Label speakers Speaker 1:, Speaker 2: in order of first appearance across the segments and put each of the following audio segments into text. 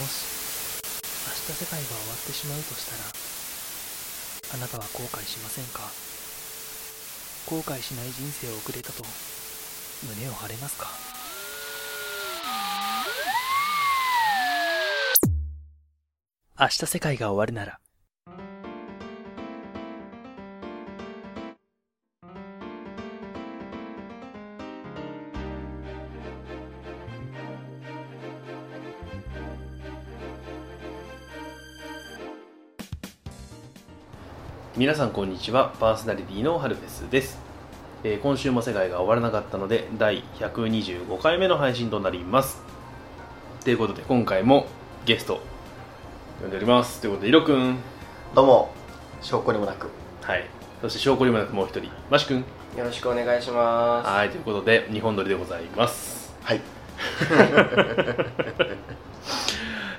Speaker 1: もし明日世界が終わってしまうとしたらあなたは後悔しませんか後悔しない人生を送れたと胸を張れますか明日世界が終わるなら
Speaker 2: 皆さんこんにちはパーソナリティのハルフェスです、えー今週も世界が終わらなかったので第125回目の配信となりますということで今回もゲスト呼んでおりますということでイロくん
Speaker 3: どうも証拠にもなく
Speaker 2: はいそして証拠にもなくもう一人マシくん
Speaker 4: よろしくお願いします
Speaker 2: はいということで日本撮りでございます
Speaker 3: はい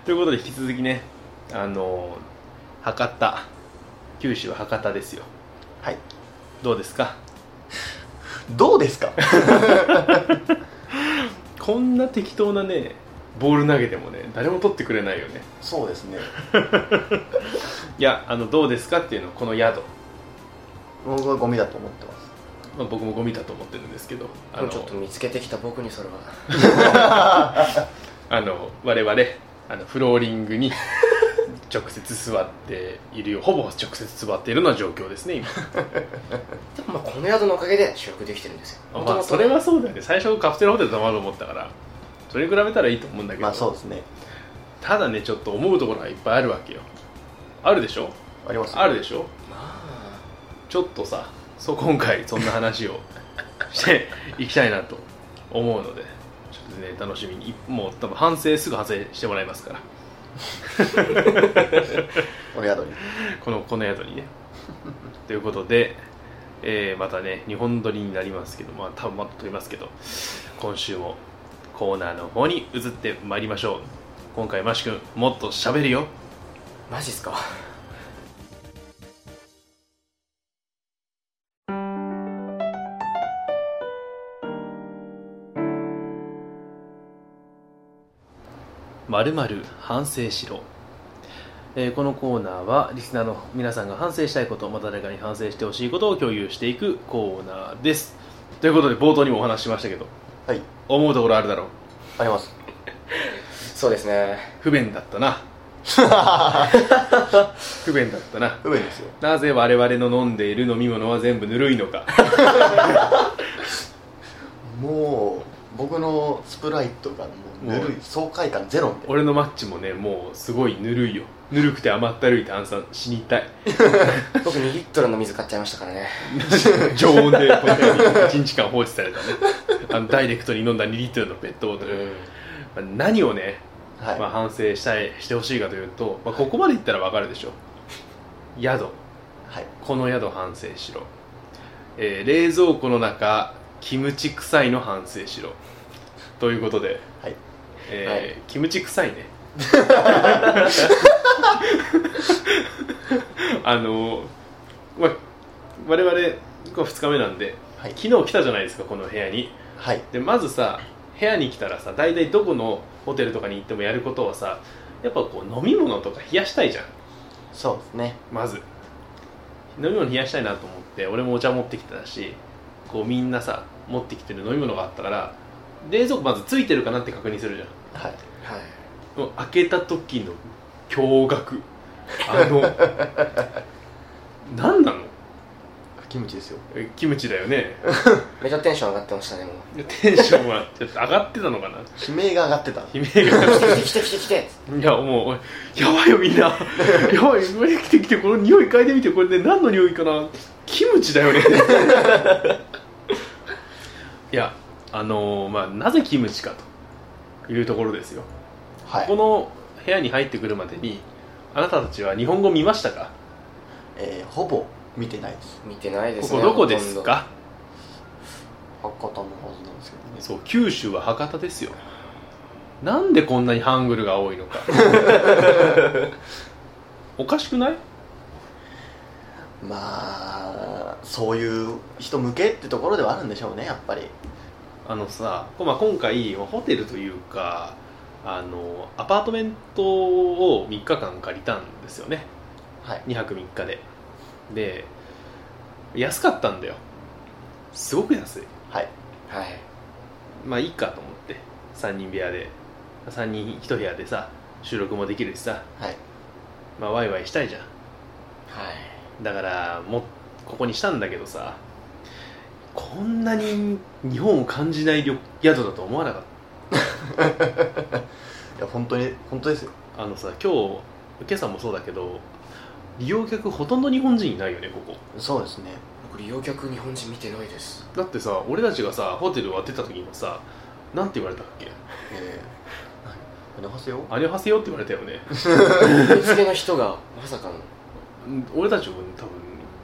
Speaker 2: ということで引き続きねあのー博多九州は博多ですよ
Speaker 3: はい
Speaker 2: どうですか
Speaker 3: どうですか
Speaker 2: こんな適当なねボール投げてもね誰も取ってくれないよね
Speaker 3: そうですね
Speaker 2: いやあのどうですかっていうのはこの宿
Speaker 3: 僕はゴミだと思ってます
Speaker 2: まあ、僕もゴミだと思ってるんですけどあの
Speaker 4: ちょっと見つけてきた僕にそれは
Speaker 2: あの我々あのフローリングに直接座っているよほぼ直接座っているような状況ですね今
Speaker 4: でもまあこの宿のおかげで収録できてるんですよ
Speaker 2: あ、
Speaker 4: 元
Speaker 2: まあ、
Speaker 4: 々
Speaker 2: それはそうだよね最初カプセルホテル泊まると思ったからそれに比べたらいいと思うんだけど、
Speaker 3: まあそうですね
Speaker 2: ただねちょっと思うところがいっぱいあるわけよあるでしょ
Speaker 3: あります
Speaker 2: あるでしょ
Speaker 4: ま
Speaker 2: ちょっとさそう今回そんな話をしていきたいなと思うのでちょっとね楽しみにもう多分反省すぐ反省してもらいますから
Speaker 3: お宿に
Speaker 2: このこの宿にねということで、えーまたね日本撮りになりますけどまあ多分また撮りますけど今週もコーナーの方に移ってまいりましょう今回マシ君もっと喋るよ
Speaker 4: あマジっすか
Speaker 2: まるまる反省しろ、えーこのコーナーはリスナーの皆さんが反省したいことまた誰かに反省してほしいことを共有していくコーナーですということで冒頭にもお話ししましたけど
Speaker 3: はい
Speaker 2: 思うところあるだろう
Speaker 3: あります
Speaker 4: そうですね
Speaker 2: 不便だったな不便だったな
Speaker 3: 不便ですよ
Speaker 2: なぜ我々の飲んでいる飲み物は全部ぬるいのか
Speaker 3: もう僕のスプライトがもうぬるい爽快感ゼロみたい
Speaker 2: 俺のマッチもねもうすごいぬるいよぬるくて甘ったるい炭酸死にたい
Speaker 4: 僕2リットルの水買っちゃいましたからね
Speaker 2: 常温でこの1日間放置されたねあのダイレクトに飲んだ2リットルのペットボトル、まあ何をね、
Speaker 3: なはい、
Speaker 2: まあ、反省したいしてほしいかというと、まあ、ここまでいったらわかるでしょ宿
Speaker 3: はい
Speaker 2: この宿反省しろ、えー冷蔵庫の中キムチ臭いの反省しろということで、
Speaker 3: はい
Speaker 2: えーキムチ臭 いねあのま我々こ2日目なんで
Speaker 3: はい
Speaker 2: 昨日来たじゃないですかこの部屋に
Speaker 3: はい
Speaker 2: でまずさ部屋に来たらさ大体どこのホテルとかに行ってもやることはさやっぱこう飲み物とか冷やしたいじゃん
Speaker 3: そうですね
Speaker 2: まず飲み物冷やしたいなと思って俺もお茶持ってきてたしこうみんなさ持ってきてる飲み物があったから冷蔵庫まずついてるかなって確認するじゃん
Speaker 3: はい
Speaker 4: はい
Speaker 2: もう開けた時の驚愕あの何なの
Speaker 3: キムチですよ
Speaker 2: えキムチだよね
Speaker 4: めちゃテンション上がってましたねもう
Speaker 2: テンションはちょっと上がってたのかな
Speaker 3: 悲鳴が上がってた
Speaker 2: 悲鳴が
Speaker 4: 来て来て来て来て
Speaker 2: いやもうやばいよみんなやばい来て来てこの匂い嗅いでみてこれね何の匂いかなキムチだよねいやあのーまあなぜキムチかというところですよ、
Speaker 3: はい
Speaker 2: この部屋に入ってくるまでにあなたたちは日本語見ましたか
Speaker 3: えー、ほぼ見てないです
Speaker 4: 見てないで
Speaker 2: こ
Speaker 4: すね
Speaker 2: こどこですか
Speaker 3: 博多のはずなんですけどね
Speaker 2: そう九州は博多ですよなんでこんなにハングルが多いのかおかしくない
Speaker 3: まあそういう人向けってところではあるんでしょうねやっぱり
Speaker 2: あのさ、こまあ、今回ホテルというかあのアパートメントを3日間借りたんですよね
Speaker 3: はい
Speaker 2: 2泊3日でで安かったんだよすごく安い
Speaker 3: はい
Speaker 4: はい
Speaker 2: まあいいかと思って3人部屋で3人1部屋でさ収録もできるしさ、
Speaker 3: はい
Speaker 2: まあ、ワイワイしたいじゃん
Speaker 4: はい
Speaker 2: だからもうここにしたんだけどさこんなに日本を感じない旅宿だと思わなかっ
Speaker 3: いや本当に本当ですよ
Speaker 2: たあのさ今日今朝もそうだけど利用客ほとんど日本人いないよねここ
Speaker 3: そうですね
Speaker 4: 僕利用客日本人見てないです
Speaker 2: だってさ俺たちがさホテルを出た時にはさなんて言われたっけ
Speaker 3: ええ何せよ
Speaker 2: 「アニョハセよ」って言われたよね
Speaker 4: 受付の人がまさかの
Speaker 2: うん俺たちも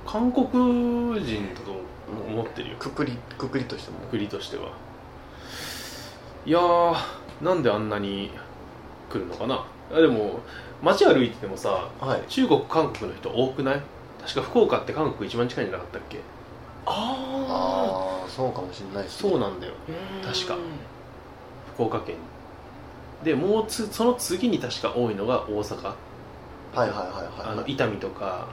Speaker 2: 多分韓国人だと思ってるよ
Speaker 3: くくりくくりとしても
Speaker 2: 国としてはいやーなんであんなに来るのかなあでも街歩いててもさ
Speaker 3: はい
Speaker 2: 中国韓国の人多くない確か福岡って韓国一番近いんじゃなかったっけああ
Speaker 3: ああそうかもしれないですね
Speaker 2: そうなんだよ確か福岡県でもうつその次に確か多いのが大阪
Speaker 3: はいはいはい
Speaker 2: あ
Speaker 3: はい
Speaker 2: の伊丹とか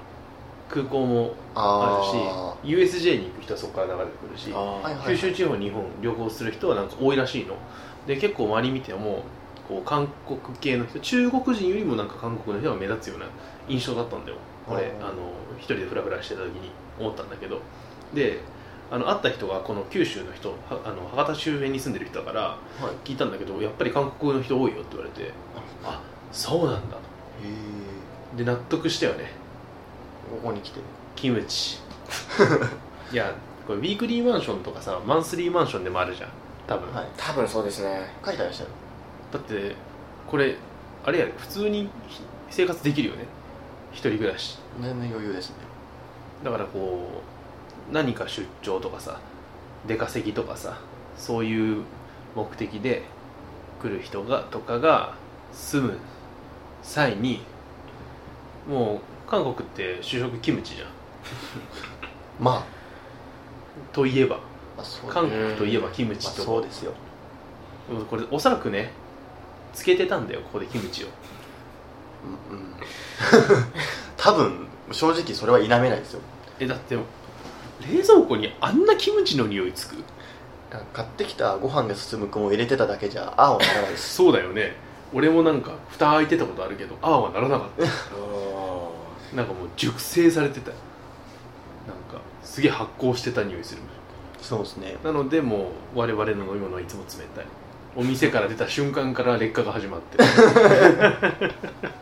Speaker 2: 空港もあ
Speaker 3: あ
Speaker 2: るし USJ に行く人はそこから流れてくるし
Speaker 4: あ
Speaker 3: はい
Speaker 4: あ
Speaker 3: は
Speaker 2: 九
Speaker 3: い
Speaker 2: 州地方日本旅行する人はなんか多いらしいので結構周り見てもこう韓国系の人中国人よりもなんか韓国の人が目立つような印象だったんだよ俺
Speaker 3: あー
Speaker 2: あの一人でフラフラしてた時に思ったんだけどであの会った人がこの九州の人はあの博多周辺に住んでる人だから
Speaker 3: あはい
Speaker 2: 聞いたんだけどやっぱり韓国の人多いよって言われてあそうなんだ
Speaker 3: へえ
Speaker 2: で納得したよね
Speaker 3: ここに来て
Speaker 2: キム チいやこれウィークリーマンションとかさマンスリーマンションでもあるじゃん多分、
Speaker 3: はい
Speaker 4: 多分そうですね
Speaker 3: 書いてありましたよ
Speaker 2: だってこれあれやで普通にひ生活できるよね一人暮らし
Speaker 3: 全然余裕ですね
Speaker 2: だからこう何か出張とかさ出稼ぎとかさそういう目的で来る人がとかが住む際にもう韓国って主食キムチじゃん
Speaker 3: ま
Speaker 2: といえば
Speaker 3: あまあそう
Speaker 2: 韓国といえばキムチ
Speaker 3: まあ
Speaker 2: とか、
Speaker 3: そうですよ
Speaker 2: うんこれおそらくねつけてたんだよここでキムチを
Speaker 3: うんうん 多分正直それは否めないですよ
Speaker 2: えだって冷蔵庫にあんなキムチの匂いつく
Speaker 3: 買ってきたご飯が進むくんを入れてただけじゃああはならない です
Speaker 2: そうだよね俺もなんか蓋開いてたことあるけどああはならなかっ
Speaker 4: お
Speaker 2: たなんかもう熟成されてたなんかすげえ発酵してた匂いする
Speaker 3: そうですね
Speaker 2: なのでもう我々の飲み物はいつも冷たいお店から出た瞬間から劣化が始まって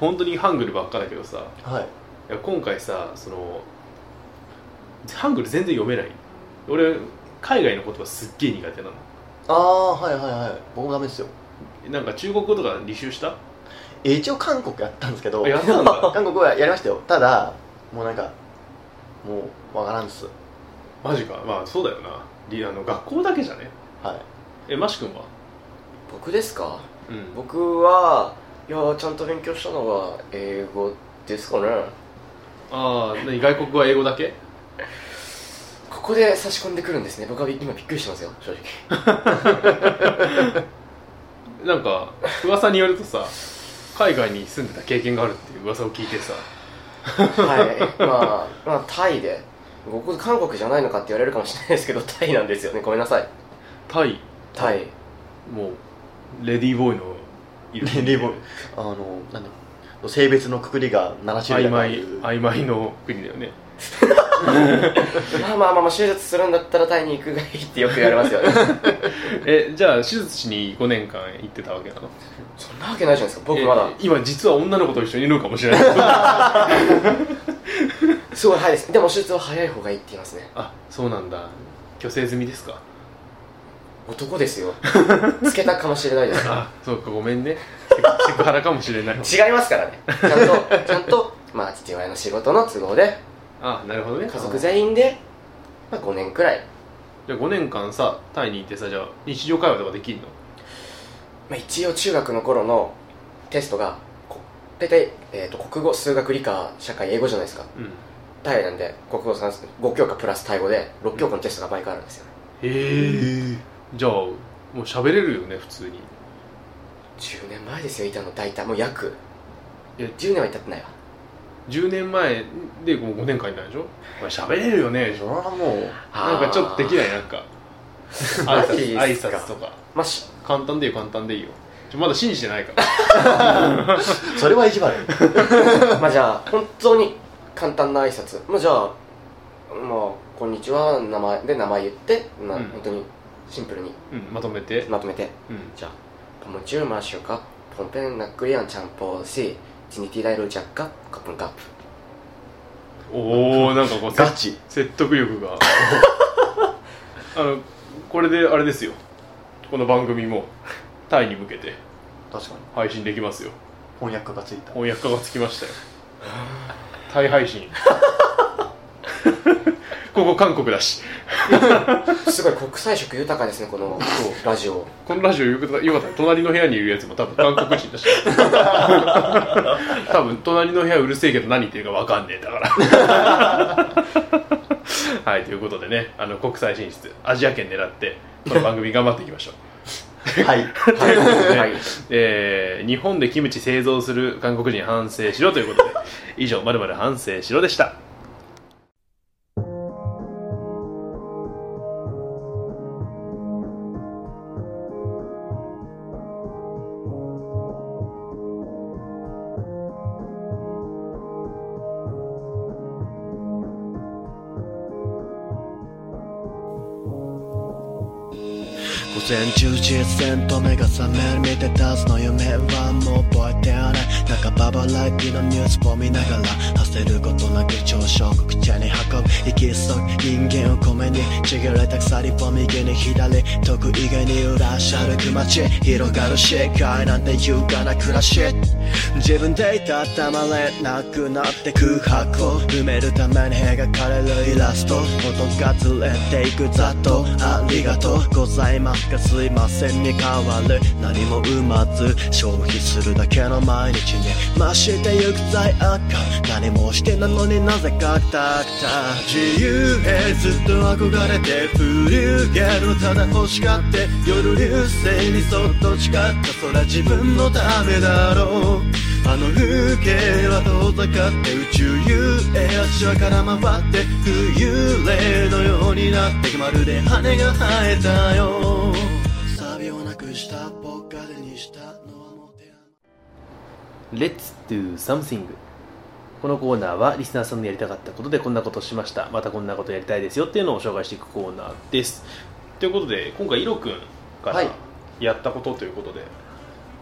Speaker 2: 本当にハングルばっかだけどさ
Speaker 3: はい
Speaker 2: いや今回さそのハングル全然読めない俺海外の言葉すっげえ苦手なの
Speaker 3: ああはいはいはい僕もダメですよ
Speaker 2: なんか中国語とか履修した
Speaker 3: え一応韓国やったんですけど
Speaker 2: あやったんだ
Speaker 3: 韓国はやりましたよただもうなんかもうわからんです
Speaker 2: マジかまあそうだよなりあの学校だけじゃね
Speaker 3: はい
Speaker 2: えマシ君は
Speaker 4: 僕ですか
Speaker 2: うん
Speaker 4: 僕はいやちゃんと勉強したのは英語ですかね
Speaker 2: ああ何外国語は英語だけ
Speaker 4: ここで差し込んでくるんですね僕は今びっくりしてますよ正直
Speaker 2: なんか噂によるとさ海外に住んでた経験があるっていう噂を聞いてさ
Speaker 4: はい、まあ、まあ、タイで、僕、韓国じゃないのかって言われるかもしれないですけど、タイなんですよね、ごめんなさい、
Speaker 2: タイ
Speaker 4: タイ、
Speaker 2: もうレディーボーイのいる
Speaker 3: レディーボーイあのなんだ性別のくくりが7種類
Speaker 2: 曖
Speaker 3: だから
Speaker 2: 昧
Speaker 3: いう
Speaker 2: 曖昧の国だよね
Speaker 4: まあまあまあまあ、手術するんだったらタイに行くがいいってよく言われますよね、
Speaker 2: えじゃあ手術しに5年間行ってたわけなの
Speaker 4: そんなわけないじゃないですか、僕まだ
Speaker 2: え、今実は女の子と一緒にいるのかもしれない
Speaker 4: すごい早いです、でも手術は早い方がいいって言いますね、
Speaker 2: あそうなんだ虚勢済みです か
Speaker 4: 男ですよ、つけたかもしれないです
Speaker 2: あそうかごめんね セクセクハラかもしれない
Speaker 4: 違いますからね、ちゃんと、ちゃんと、まあ、父親の仕事の都合で、
Speaker 2: あなるほどね
Speaker 4: 家族全員で、まあ、5年くらい、
Speaker 2: じゃあ5年間さタイにいてさじゃあ日常会話とかできんの
Speaker 4: まあ、一応中学の頃のテストがこ大体、えー、と国語数学理科社会英語じゃないですか
Speaker 2: うん
Speaker 4: タイなんで国語算数5教科プラスタイ語で6教科のテストが毎回あるんですよね
Speaker 2: へえじゃあもう喋れるよね普通に
Speaker 4: 10年前ですよいたの大体もう約
Speaker 2: え
Speaker 4: 10年は至ってないわ
Speaker 2: 10年前でもう5年間いないでしょこれ喋れるよねでし
Speaker 3: そ
Speaker 2: ょ
Speaker 3: れはもう
Speaker 2: なんかちょっとできないなん か挨
Speaker 4: マジ
Speaker 2: 拶挨
Speaker 4: っすか
Speaker 2: 拶とか
Speaker 4: まあし
Speaker 2: 簡単でいいよ簡単でいいよちょまだ信じてないから
Speaker 3: それは意地悪
Speaker 4: まあじゃあ本当に簡単な挨拶まあじゃあまあこんにちは名前で名前言って、まあ
Speaker 2: うん
Speaker 4: 本当にシンプルに
Speaker 2: うんまとめて
Speaker 4: まとめて
Speaker 2: うん
Speaker 4: じゃあポムチューマーシュカポンペンナックリアンチャンポーシーチニティダイルジャッカカプンカップ
Speaker 2: おおなんかこう
Speaker 3: ガチ
Speaker 2: 説得力 があのこれであれですよこの番組もタイに向けて
Speaker 3: 確かに
Speaker 2: 配信できますよ
Speaker 3: 翻訳家がついた
Speaker 2: 翻訳家がつきましたよタイ配信 ここ韓国だし
Speaker 4: すごい国際色豊かですねこのラジオ
Speaker 2: このラジオよかったよかったら隣の部屋にいるやつも多分韓国人だし多分隣の部屋うるせえけど何言ってるかわかんねえだから はいということでねあの国際進出アジア圏狙ってこの番組頑張っていきましょう
Speaker 3: はい
Speaker 4: はい、はい、
Speaker 2: えー日本でキムチ製造する韓国人反省しろということで以上「まるまる反省しろ」でした
Speaker 5: 午前中実践と目が覚める見てたその夢はもう覚えてない半ばバラエティのニュースを見ながら焦ることなく朝食を口に運ぶ息きそ人間を米にちぎれた鎖を右に左得意げに揺らし歩く街広がる世界なんて優雅な暮らし自分でいたたまれなくなって空白を埋めるために描かれるイラスト音がずれていくざっとありがとうございますがすいませんに変わる何も生まず消費するだけの毎日に増してゆく罪悪感何もしてなのになぜかくたくた自由へずっと憧れてブリューゲルただ欲しがって夜流星にそっと誓ったそら自分のためだろうあの風景は遠ざかって宇宙遊泳足はから回って浮遊霊のようになってまるで羽が生えたよサビをなくした僕が手にしたのはもてな
Speaker 2: Let's do something このコーナーはリスナーさんのやりたかったことでこんなことしましたまたこんなことやりたいですよっていうのを紹介していくコーナーですということで今回イロくんか
Speaker 3: は
Speaker 2: ら
Speaker 3: い
Speaker 2: やったことということで、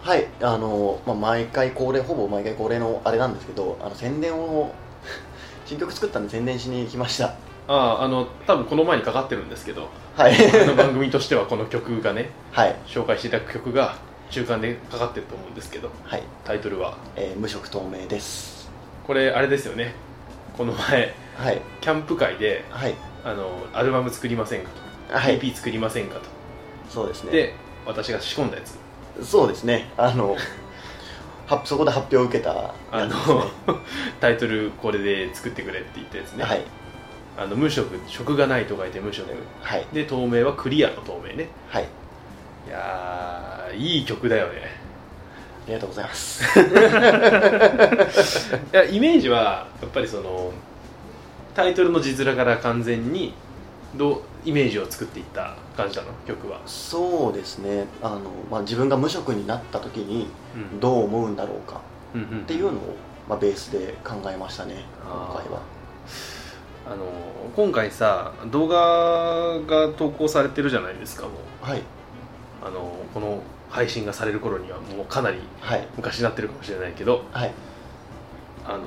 Speaker 3: はいあの、まあ、毎回恒例ほぼ毎回恒例のあれなんですけどあの宣伝を 新曲作ったんで宣伝しに来ました
Speaker 2: あああの多分この前にかかってるんですけど
Speaker 3: はい
Speaker 2: この番組としてはこの曲がね
Speaker 3: はい
Speaker 2: 紹介していただく曲が中間でかかってると思うんですけど
Speaker 3: はい、
Speaker 2: タイトルは
Speaker 3: えー無色透明です
Speaker 2: これあれですよねこの前
Speaker 3: はい
Speaker 2: キャンプ会で
Speaker 3: はい
Speaker 2: あのアルバム作りませんかと、
Speaker 3: はい
Speaker 2: EP 作りませんかと、
Speaker 3: そうですね
Speaker 2: で私が仕込んだやつ
Speaker 3: そうですねあの はそこで発表を受けた
Speaker 2: あ
Speaker 3: や
Speaker 2: の
Speaker 3: つですね
Speaker 2: タイトルこれで作ってくれって言ったやつね、
Speaker 3: はい
Speaker 2: あの無色色がないと書いて無色
Speaker 3: はい
Speaker 2: で透明はクリアの透明ね
Speaker 3: はい
Speaker 2: いやーいい曲だよね
Speaker 3: ありがとうございます
Speaker 2: いやイメージはやっぱりそのタイトルの字面から完全にどうイメージを作っていった感じなの曲は、
Speaker 3: そうですねあの、まあ、自分が無職になった時に
Speaker 2: うん
Speaker 3: どう思うんだろうか
Speaker 2: うんうん
Speaker 3: っていうのを、まあ、ベースで考えましたね
Speaker 2: あー
Speaker 3: 今回は
Speaker 2: あの今回さ動画が投稿されてるじゃないですかもう
Speaker 3: はい
Speaker 2: あのこの配信がされる頃にはもうかなり
Speaker 3: はい
Speaker 2: 昔になってるかもしれないけど
Speaker 3: はい
Speaker 2: あの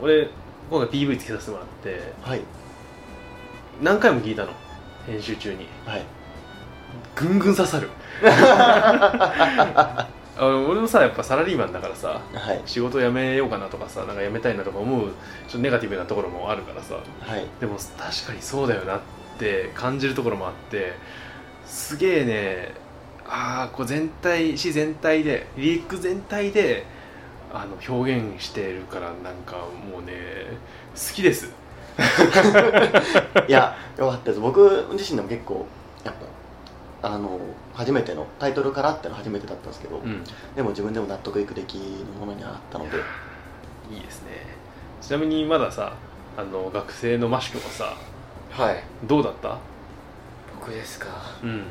Speaker 2: 俺今回 PV つけさせてもらって
Speaker 3: はい
Speaker 2: 何回も聞いたの編集中に
Speaker 3: はい
Speaker 2: ぐんぐん刺さるあの俺もさやっぱサラリーマンだからさ
Speaker 3: はい
Speaker 2: 仕事辞めようかなとかさなんか辞めたいなとか思うちょっとネガティブなところもあるからさ
Speaker 3: はい
Speaker 2: でも確かにそうだよなって感じるところもあってすげえねああこう全体詩全体でリリック全体であの表現してるからなんかもうね好きです
Speaker 3: いやよかったです僕自身でも結構やっぱあの初めてのタイトルからってのは初めてだったんですけど、
Speaker 2: うん
Speaker 3: でも自分でも納得いく出来のものになったので
Speaker 2: いいですねちなみにまださあの学生のマシ君はさ
Speaker 4: はい
Speaker 2: どうだった
Speaker 4: 僕ですか
Speaker 2: うん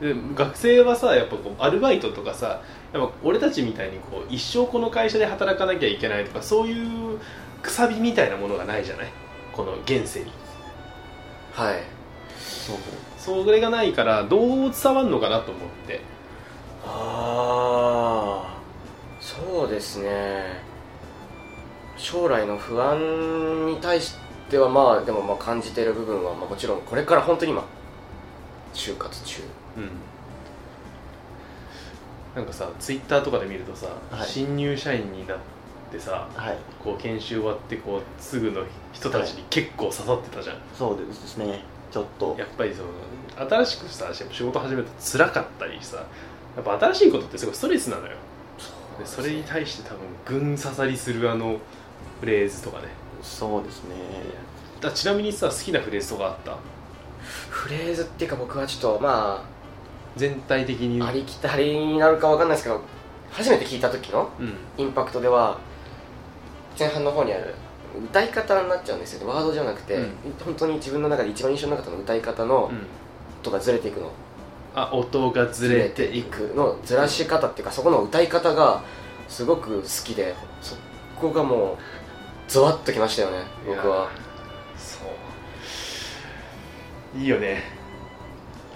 Speaker 2: で学生はさやっぱこうアルバイトとかさやっぱ俺たちみたいにこう一生この会社で働かなきゃいけないとかそういうくさびみたいなものがないじゃないこの現世に
Speaker 4: はい
Speaker 3: そう
Speaker 2: それがないからどう伝わるのかなと思って
Speaker 4: ああそうですね将来の不安に対してはまあでもまあ感じてる部分はまあもちろんこれから本当に今就活中
Speaker 2: うんなんかさツイッターとかで見るとさ、
Speaker 3: はい
Speaker 2: 新入社員になってさ
Speaker 3: はい
Speaker 2: こう研修終わってこうすぐの人たちに結構刺さってたじゃん、
Speaker 3: そうですねちょっと
Speaker 2: やっぱりその新しくさ仕事始めると辛かったりさやっぱ新しいことってすごいストレスなのよでそれに対して多分群刺さりするあのフレーズとかね
Speaker 3: そうですね
Speaker 2: だちなみにさ好きなフレーズとかあった
Speaker 4: フレーズっていうか僕はちょっとま
Speaker 2: 全体的に
Speaker 4: あありきたりになるかわかんないですけど初めて聞いた時の
Speaker 2: うん
Speaker 4: インパクトでは前半の方にある歌い方になっちゃうんですよねワードじゃなくて、
Speaker 2: うん
Speaker 4: 本当に自分の中で一番印象の中の歌い方の
Speaker 2: うん
Speaker 4: 音がずれていくの
Speaker 2: あ音がずれていく
Speaker 4: のずらし方っていうかそこの歌い方がすごく好きでそこがもうゾワッときましたよね僕は
Speaker 2: そういいよね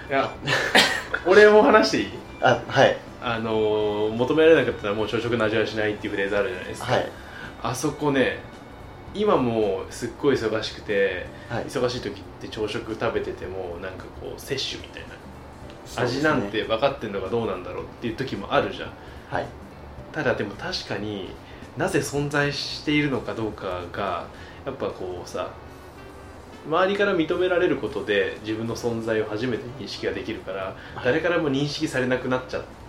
Speaker 2: いや 俺も話していい
Speaker 3: あはい
Speaker 2: あのー求められなかったらもう朝食の味はしないっていうフレーズあるじゃないですか、
Speaker 3: はい
Speaker 2: あそこね今もうすっごい忙しくて
Speaker 3: はい
Speaker 2: 忙しい時って朝食食べててもなんかこう摂取みたいな、
Speaker 3: そうです
Speaker 2: 味
Speaker 3: ね
Speaker 2: なんて分かってんのがどうなんだろうっていう時もあるじゃん
Speaker 3: はい
Speaker 2: ただでも確かになぜ存在しているのかどうかがやっぱこうさ周りから認められることで自分の存在を初めて認識ができるから誰からも認識されなくなっちゃった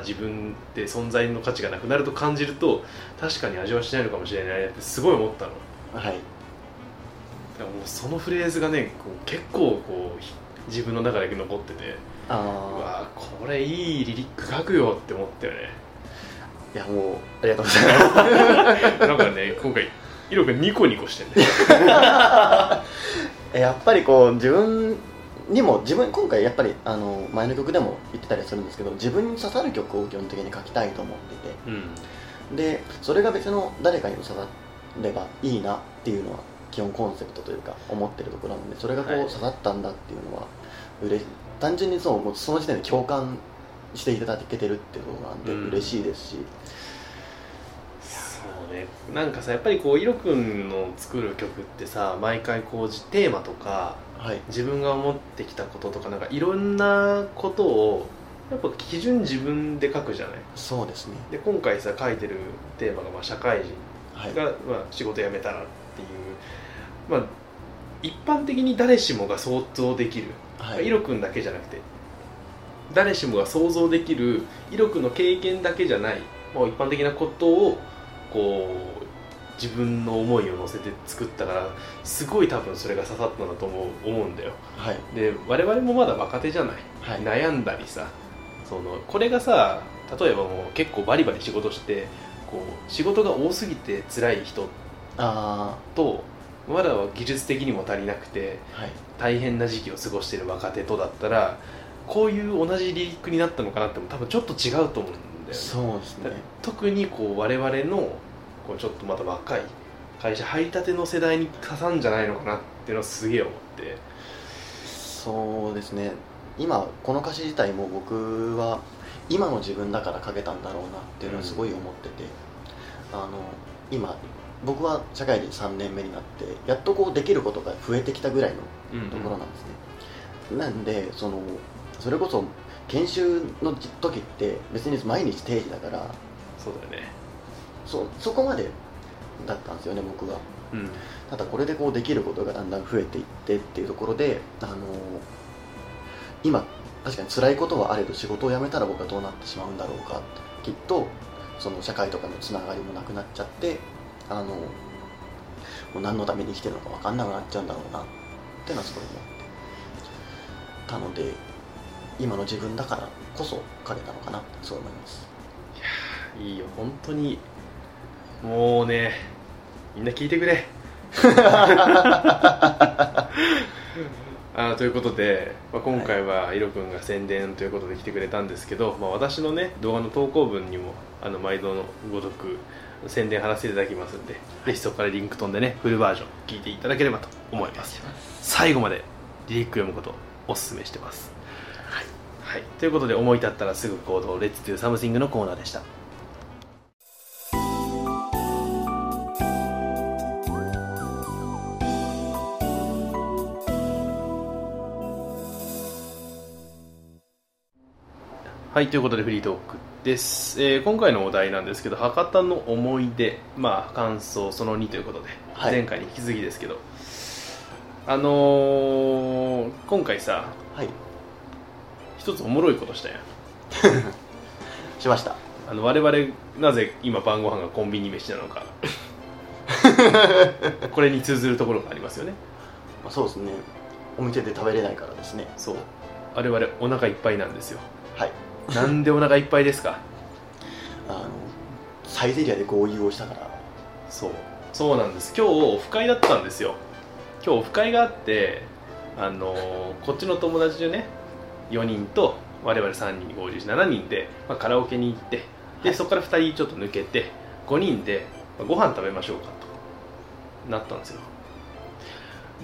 Speaker 2: 自分で存在の価値がなくなると感じると確かに味はしないのかもしれないなってすごい思ったの
Speaker 3: はい
Speaker 2: だからもうそのフレーズがねこう結構こうひ自分の中で残っててう
Speaker 3: あ
Speaker 2: わーこれいいリリック書くよって思ったよね
Speaker 3: あいやもうありがとうございます
Speaker 2: なんかね今回イロくんニコニコしてんね
Speaker 3: えやっぱりこう自分にも自分今回やっぱりあの前の曲でも言ってたりするんですけど自分に刺さる曲を基本的に書きたいと思っていて
Speaker 2: うん
Speaker 3: でそれが別の誰かにも刺さればいいなっていうのは基本コンセプトというか思ってるところなのでそれがこう
Speaker 2: はい
Speaker 3: 刺さったんだっていうのは嬉し単純にそうもうその時点で共感していただけてるっていうことなんで
Speaker 2: うん
Speaker 3: 嬉しいですし、
Speaker 2: そうねなんかさやっぱりこうイロくんの作る曲ってさ毎回こうじテーマとか
Speaker 3: はい
Speaker 2: 自分が思ってきたこととかなんかいろんなことをやっぱ基準自分で書くじゃない
Speaker 3: そうですね
Speaker 2: で今回さ書いてるテーマがまあ社会人
Speaker 3: はい
Speaker 2: が、まあ、仕事辞めたらっていう、まあ、一般的に誰しもが想像できる、
Speaker 3: はい
Speaker 2: イロくんだけじゃなくて誰しもが想像できるイロくんの経験だけじゃない、まあ、一般的なことをこう自分の思いを乗せて作ったからすごい多分それが刺さったんだと思う思うんだよ
Speaker 3: はい
Speaker 2: で我々もまだ若手じゃない
Speaker 3: はい
Speaker 2: 悩んだりさそのこれがさ例えばもう結構バリバリ仕事してこう仕事が多すぎて辛い人
Speaker 3: あ
Speaker 2: とまだ技術的にも足りなくて
Speaker 3: あはい
Speaker 2: 大変な時期を過ごしてる若手とだったらこういう同じリリックになったのかなっても多分ちょっと違うと思うんだよね
Speaker 3: そうですね
Speaker 2: 特にこう我々のこうちょっとまだ若い会社入りたての世代に刺さんじゃないのかなっていうのはすげえ思って
Speaker 3: そうですね今この歌詞自体も僕は今の自分だから書けたんだろうなっていうのはすごい思ってて、あの今僕は社会人3年目になってやっとこうできることが増えてきたぐらいのところなんですね、なんでそのそれこそ研修の時って別に毎日定時だから
Speaker 2: そうだよね
Speaker 3: そそこまでだったんですよね僕は
Speaker 2: うん
Speaker 3: ただこれでこうできることがだんだん増えていってっていうところで、あのー今確かに辛いことはあれど仕事を辞めたら僕はどうなってしまうんだろうかきっとその社会とかのつながりもなくなっちゃって、あのーもう何のために生きてるのか分かんなくなっちゃうんだろうなっていうのはすごい思ってたので今の自分だからこそ書けたのかなそう思います
Speaker 2: いいよ本当にもうねみんな聞いてくれ あーということで、まあ、今回はヒロ君が宣伝ということで来てくれたんですけど、まあ、私のね動画の投稿文にもあの毎度のごとく宣伝貼らせていただきますんで、ぜひそこからリンク飛んでねフルバージョン聞いていただければと思います最後までリリック読むことおすすめしてますはい、ということで思い立ったらすぐ行動レッツ・トゥ・サムシングのコーナーでしたはいということでフリートークです、えー今回のお題なんですけど博多の思い出まあ感想その2ということで、
Speaker 3: はい
Speaker 2: 前回に引き続きですけどあのー今回さ
Speaker 3: はい
Speaker 2: 一つおもろいことしたやん
Speaker 3: しました
Speaker 2: あの我々なぜ今晩ご飯がコンビニ飯な のかこれに通ずるところがありますよね
Speaker 3: まあそうですねお店で食べれないからですね
Speaker 2: そう我々お腹いっぱいなんですよ
Speaker 3: はい
Speaker 2: なんでお腹いっぱいですか
Speaker 3: あのサイゼリアで合流をしたから
Speaker 2: そうそうなんです今日オフ会だったんですよ今日オフ会があってあのーこっちの友達でね4人と我々3人合流して7人で、まあ、カラオケに行ってでそこから2人ちょっと抜けて5人でまあご飯食べましょうかとなったんですよ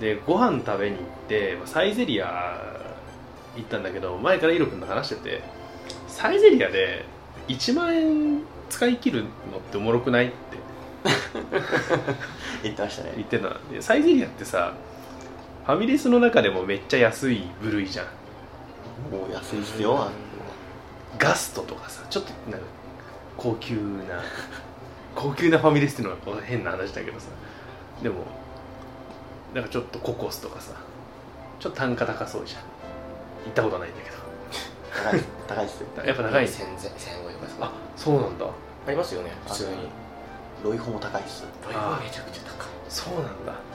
Speaker 2: でご飯食べに行ってまあサイゼリア行ったんだけど前からイロ君と話しててサイゼリアで1万円使い切るのっておもろくないって
Speaker 3: 行ってましたね
Speaker 2: 言ってたでサイゼリアってさファミレスの中でもめっちゃ安い部類じゃん
Speaker 3: もう安いっすよあの
Speaker 2: ガストとかさちょっとなんか高級な 高級なファミレスっていうのがこう変な話だけどさでもなんかちょっとココスとかさちょっと単価高そうじゃん行ったことないんだけど
Speaker 3: 高いっす 高いっすよ
Speaker 2: やっぱ高いね
Speaker 4: 戦前戦後とかさ
Speaker 2: あそうなんだ
Speaker 4: ありますよね普通に
Speaker 3: ロイホも高いっす
Speaker 4: これ
Speaker 2: あ
Speaker 4: めちゃくちゃ高い
Speaker 2: そうなんだ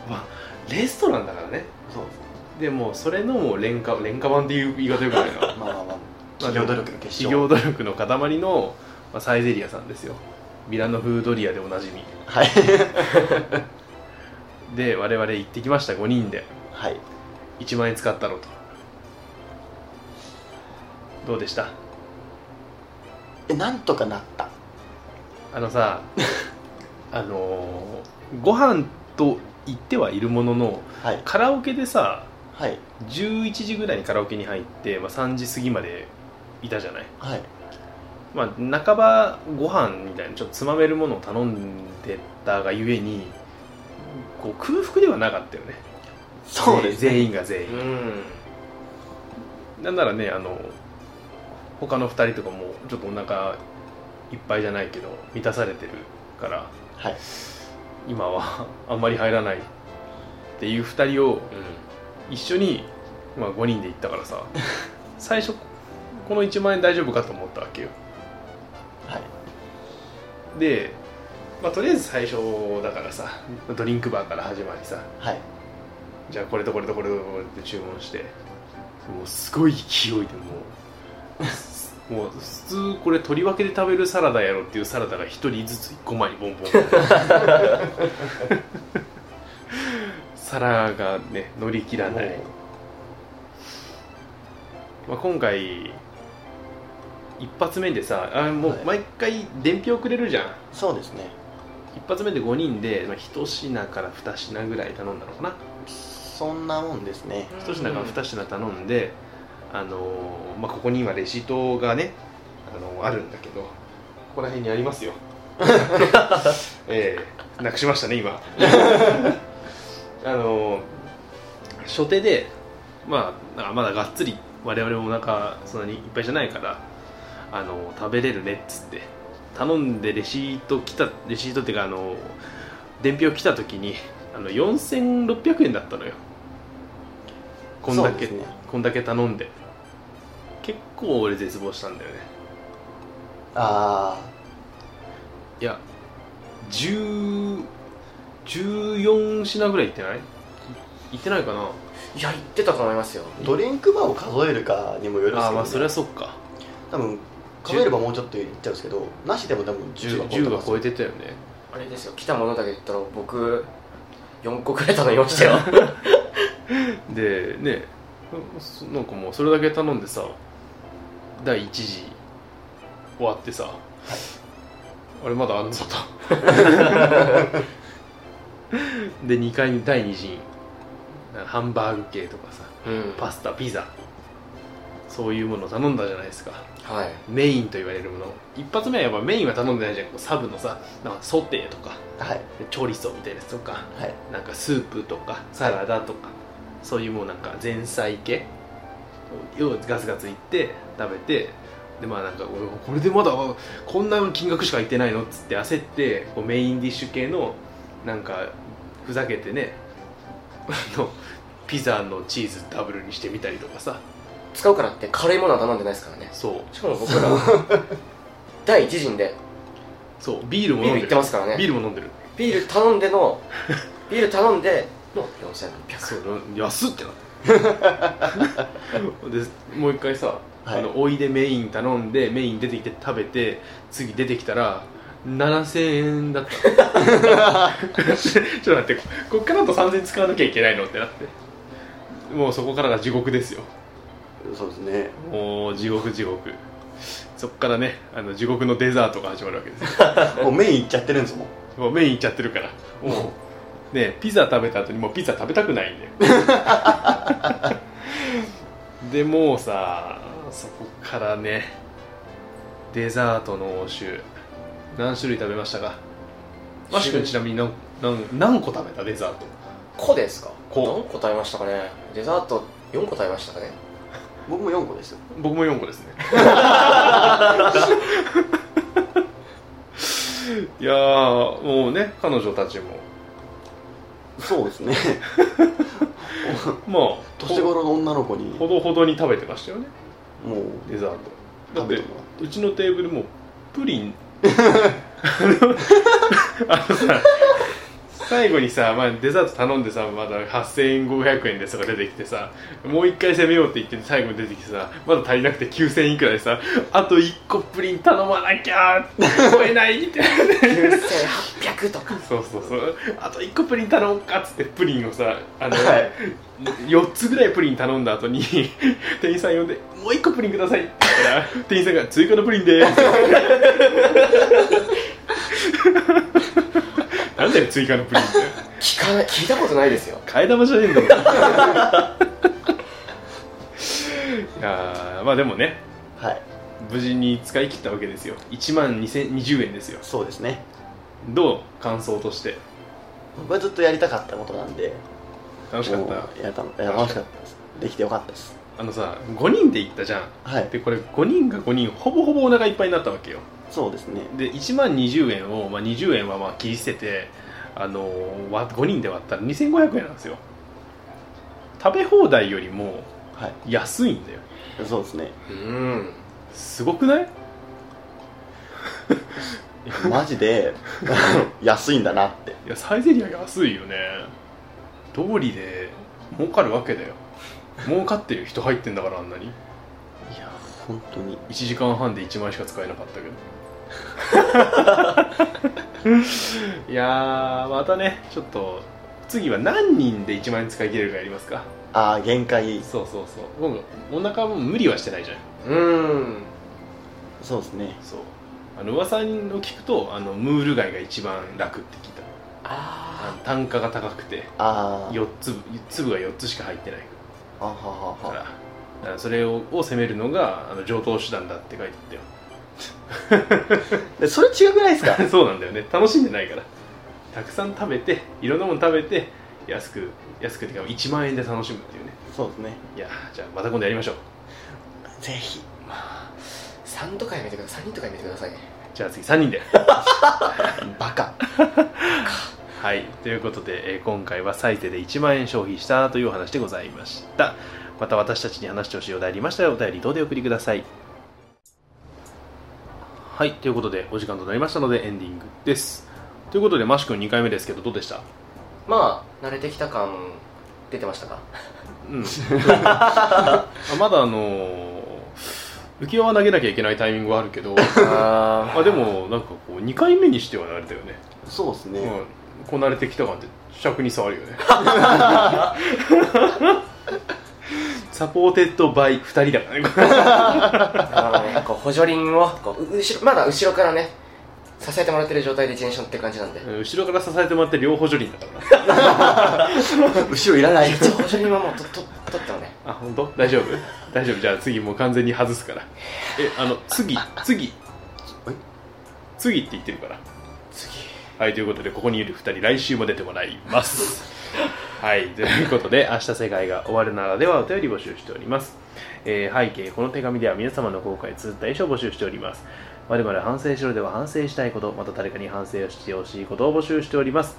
Speaker 2: まあレストランだからね
Speaker 3: そうですね
Speaker 2: でもそれのもう廉価廉価版っていう言い方よくないな
Speaker 3: まあまあまあ企業努力の結
Speaker 2: 企
Speaker 3: 晶
Speaker 2: 業努力の塊の、まあ、サイゼリアさんですよミラノフードリアでおなじみ
Speaker 3: はい
Speaker 2: で我々行ってきました5人で
Speaker 3: はい
Speaker 2: 1万円使ったろとどうでした
Speaker 3: えなんとかなった
Speaker 2: あの さあのーご飯と言ってはいるものの
Speaker 3: はい
Speaker 2: カラオケでさ
Speaker 3: はい
Speaker 2: 11時ぐらいにカラオケに入って、まあ、3時過ぎまでいたじゃない
Speaker 3: はい
Speaker 2: まあ、半ばご飯みたいなちょっとつまめるものを頼んでたがゆえにこう空腹ではなかったよね
Speaker 3: そうですね
Speaker 2: 全員が全員、
Speaker 4: うん
Speaker 2: なんならねあの他の2人とかもちょっとお腹いっぱいじゃないけど満たされてるから
Speaker 3: はい
Speaker 2: 今は あんまり入らないっていう2人を一緒に、まあ、5人で行ったからさ最初この1万円大丈夫かと思ったわけよ
Speaker 3: はい
Speaker 2: で、まあ、とりあえず最初だからさドリンクバーから始まりさ
Speaker 3: はい
Speaker 2: じゃあこれとこれとこれとこれって注文してもうすごい勢いでもうもう普通これ取り分けで食べるサラダやろっていうサラダが一人ずつ一個前にボンボン皿がね乗り切らない、まあ、今回一発目でさあもう毎回伝票くれるじゃん、
Speaker 3: そうですね
Speaker 2: 一発目で5人で、まあ、1品から2品ぐらい頼んだのかな、
Speaker 3: そんなもんですね
Speaker 2: 一品から二品頼んで、あのーまあ、ここに今レシートがね、あのーあるんだけどここら辺にありますよええなくしましたね今あのー初手で、まあ、なんかまだがっつり我々もお腹そんなにいっぱいじゃないから、あのー食べれるねっつって頼んでレシート来たレシートっていうか、あのー伝票来た時にあの4600円だったのよこんだけ、
Speaker 3: そうですね
Speaker 2: こんだけ頼んで結構俺絶望したんだよね
Speaker 3: あ
Speaker 2: いや10 14品ぐらいいってない
Speaker 3: あ
Speaker 2: 行ってないかない
Speaker 4: や行ってたと思いますよ
Speaker 3: ドリンクバーを数えるかにもよるんですけど、ね、
Speaker 2: ああまあそれはそっか
Speaker 3: 多分数えればもうちょっといっちゃうんですけどなしでも多分
Speaker 2: 10,
Speaker 3: 10は超えて
Speaker 2: は
Speaker 3: ます
Speaker 2: 超えてたよね
Speaker 4: あれですよ来たものだけ言ったら僕4個くらい頼みましたよ
Speaker 2: でねそなんかもうそれだけ頼んでさ第1次終わってさ、あれまだあんぞと で2回目第2次ハンバーグ系とかさ
Speaker 4: うん
Speaker 2: パスタピザそういうものを頼んだじゃないですか
Speaker 4: はい
Speaker 2: メインと言われるもの一発目はやっぱメインは頼んでないじゃんこうサブのさなんかソテーとか
Speaker 3: はい
Speaker 2: チョリソーみたいなやつとか
Speaker 3: はい
Speaker 2: なんかスープとかサラダとかそういうもうなんか前菜系をガツガツいって食べてでまあなんか俺これでまだこんな金額しかいってないのっつって焦ってこうメインディッシュ系のなんかふざけてねあのピザのチーズダブルにしてみたりとかさ
Speaker 4: 使うからって軽いものは頼んでないですからね
Speaker 2: そう
Speaker 4: しかも僕ら 第一陣で
Speaker 2: そうビールも
Speaker 4: ビー
Speaker 2: 飲んでる
Speaker 4: ル行ってますからね
Speaker 2: ビールも飲んでる
Speaker 4: ビール頼ん でのビール頼んでの4600
Speaker 2: そう安っってなって でもう一回さ、
Speaker 3: はい
Speaker 2: あのおいでメイン頼んでメイン出てきて食べて次出てきたら7000円 だった ちょっと待ってこっからだと3000円使わなきゃいけないのってなってもうそこからが地獄ですよ
Speaker 3: そうですね
Speaker 2: もう地獄地獄そっからねあの地獄のデザートが始まるわけですよ
Speaker 3: もうメインいっちゃってるんですもん
Speaker 2: もうメインいっちゃってるからもうねピザ食べた後にもうピザ食べたくないんだよでもうさそこからねデザートの応酬何種類食べましたかマシ君ちなみに何何何個食べたデザート
Speaker 4: 個ですか
Speaker 2: 個
Speaker 4: 何個食べましたかねデザート4個食べましたかね
Speaker 3: 僕も4個ですよ
Speaker 2: 僕も4個ですね いやーもうね彼女たちも
Speaker 3: そうですね
Speaker 2: まあ
Speaker 3: 年頃の女の子に
Speaker 2: ほ
Speaker 3: も
Speaker 2: どほどに食べてましたよね
Speaker 3: う
Speaker 2: デザートだっ
Speaker 3: 食べ
Speaker 2: て
Speaker 3: てもらって
Speaker 2: うちのテーブルもプリンあのさ最後にさ、まあ、デザート頼んでさまだ8500円ですとか出てきてさもう一回攻めようって言って最後に出てきてさまだ足りなくて9000円いくらでさあと1個プリン頼まなきゃ超えないみたいな
Speaker 4: 9800とか
Speaker 2: そうそうそうあと1個プリン頼むかっつってプリンをさあの、
Speaker 3: はい
Speaker 2: 4つぐらいプリン頼んだ後に 店員さん呼んで「もう1個プリンください」って言ったら店員さんが「追加のプリン でーす」なんだよ追加のプリンって
Speaker 4: 聞かない聞いたことないですよ
Speaker 2: 替え玉じゃねえんだも んいやーまあでもね
Speaker 3: はい
Speaker 2: 無事に使い切ったわけですよ1万2020円ですよ
Speaker 3: そうですね
Speaker 2: どう感想として
Speaker 3: 僕はずっとやりたかったことなんで
Speaker 2: 楽しかった
Speaker 3: もうやったのいや楽しかったですできてよかったです
Speaker 2: あのさ5人で行ったじゃん
Speaker 3: はい
Speaker 2: でこれ5人が5人ほぼほぼお腹いっぱいになったわけよ
Speaker 3: そうですね
Speaker 2: で1万20円を、まあ、20円はまあ切り捨てて、あのーわ5人で割ったら2500円なんですよ食べ放題よりも
Speaker 3: はい
Speaker 2: 安いんだよ
Speaker 3: そうですね
Speaker 4: うん
Speaker 2: すごくない
Speaker 3: マジで 安いんだなって
Speaker 2: いやサイゼリア安いよね通りで儲かるわけだよ儲かってる人入ってんだからあんなに
Speaker 3: いや本当に
Speaker 2: 1時間半で1万円しか使えなかったけど いやーまたねちょっと次は何人で1万円使い切れるかやりますか
Speaker 3: ああ限界
Speaker 2: そうそうそうもうお腹も無理はしてないじゃん
Speaker 4: うん
Speaker 3: そうですね
Speaker 2: そうあの噂を聞くとあのムール貝が一番楽って聞いたあ
Speaker 4: あ
Speaker 2: の単価が高くて
Speaker 3: あー
Speaker 2: 4粒粒が4つしか入ってない
Speaker 3: あはは
Speaker 2: から
Speaker 3: は
Speaker 2: だからそれをを攻めるのがあの上等手段だって書いてあっ
Speaker 3: でそれ違くないですか
Speaker 2: たよ そうなんだよね楽しんでないからたくさん食べていろんなもの食べて安く安くっていうか1万円で楽しむっていうね
Speaker 3: そうですね
Speaker 2: いやーじゃあまた今度やりましょう
Speaker 3: ぜひ
Speaker 4: 3とかやめてください3とかやめてくださいね
Speaker 2: じゃあ次3人で
Speaker 3: バカ
Speaker 2: はい、ということで、えー今回はサイゼで1万円消費したというお話でございましたまた私たちに話してほしいお題ありましたらお便り等でお送りくださいはいということでお時間となりましたのでエンディングですということでマシ君2回目ですけどどうでした
Speaker 4: まあ慣れてきた感出てましたか
Speaker 2: うん、 まだあの浮世は投げなきゃいけないタイミングはあるけど
Speaker 4: あ
Speaker 2: あでもなんかこう2回目にしては慣れたよね、
Speaker 3: そうですね、
Speaker 2: うん、こなれてきた感じ尺に触るよね サポーテッドバイ2人だからねこれ
Speaker 4: あのね、こう補助輪をこうう後ろまだ後ろからね支えてもらってる状態で自転車乗ってる感じなんで
Speaker 2: うん 後ろから支えてもらって両補助輪だからな
Speaker 3: 後ろいらない
Speaker 4: 一応補助輪はもうとと取ったのね
Speaker 2: あ本当大丈夫大丈夫じゃあ次もう完全に外すからえあの次次次って言ってるから
Speaker 4: 次
Speaker 2: はい、ということで、ここにいる2人、来週も出てもらいます。はい、ということで、明日世界が終わるならではお便り募集しております。えー背景、この手紙では皆様の後悔、通った書を募集しております。我々反省しろでは反省したいこと、また誰かに反省をしてほしいことを募集しております。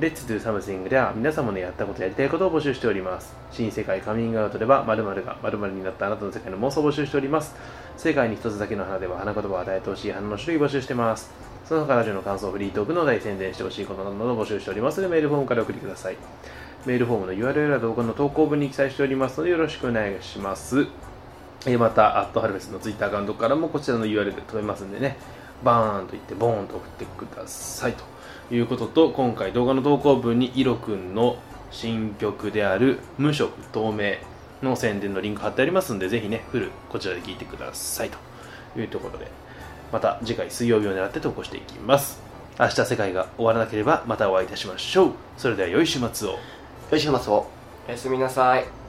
Speaker 2: Let's do something では皆様のやったことやりたいことを募集しております。新世界カミングアウトでは〇〇が〇〇になったあなたの世界の妄想を募集しております。世界に一つだけの花では花言葉を与えてほしい花の種類を募集してます。その他ラジオの感想、フリートークのお題宣伝してほしいことなどを募集しておりますのでメールフォームからお送りください。メールフォームの URL は動画の投稿文に記載しておりますのでよろしくお願いします。えーまた、アットハルフェスのツイッターアカウントからもこちらの URL 飛べますんでね、バーンと言って、ボーンと送ってくださいということと、今回動画の投稿文にイロくんの新曲である無色透明の宣伝のリンク貼ってありますんで、ぜひね、フルこちらで聞いてくださいというところで、また次回水曜日を狙って投稿していきます。明日世界が終わらなければまたお会いいたしましょう。それでは良い週末を。
Speaker 3: よしますを
Speaker 4: おやすみなさい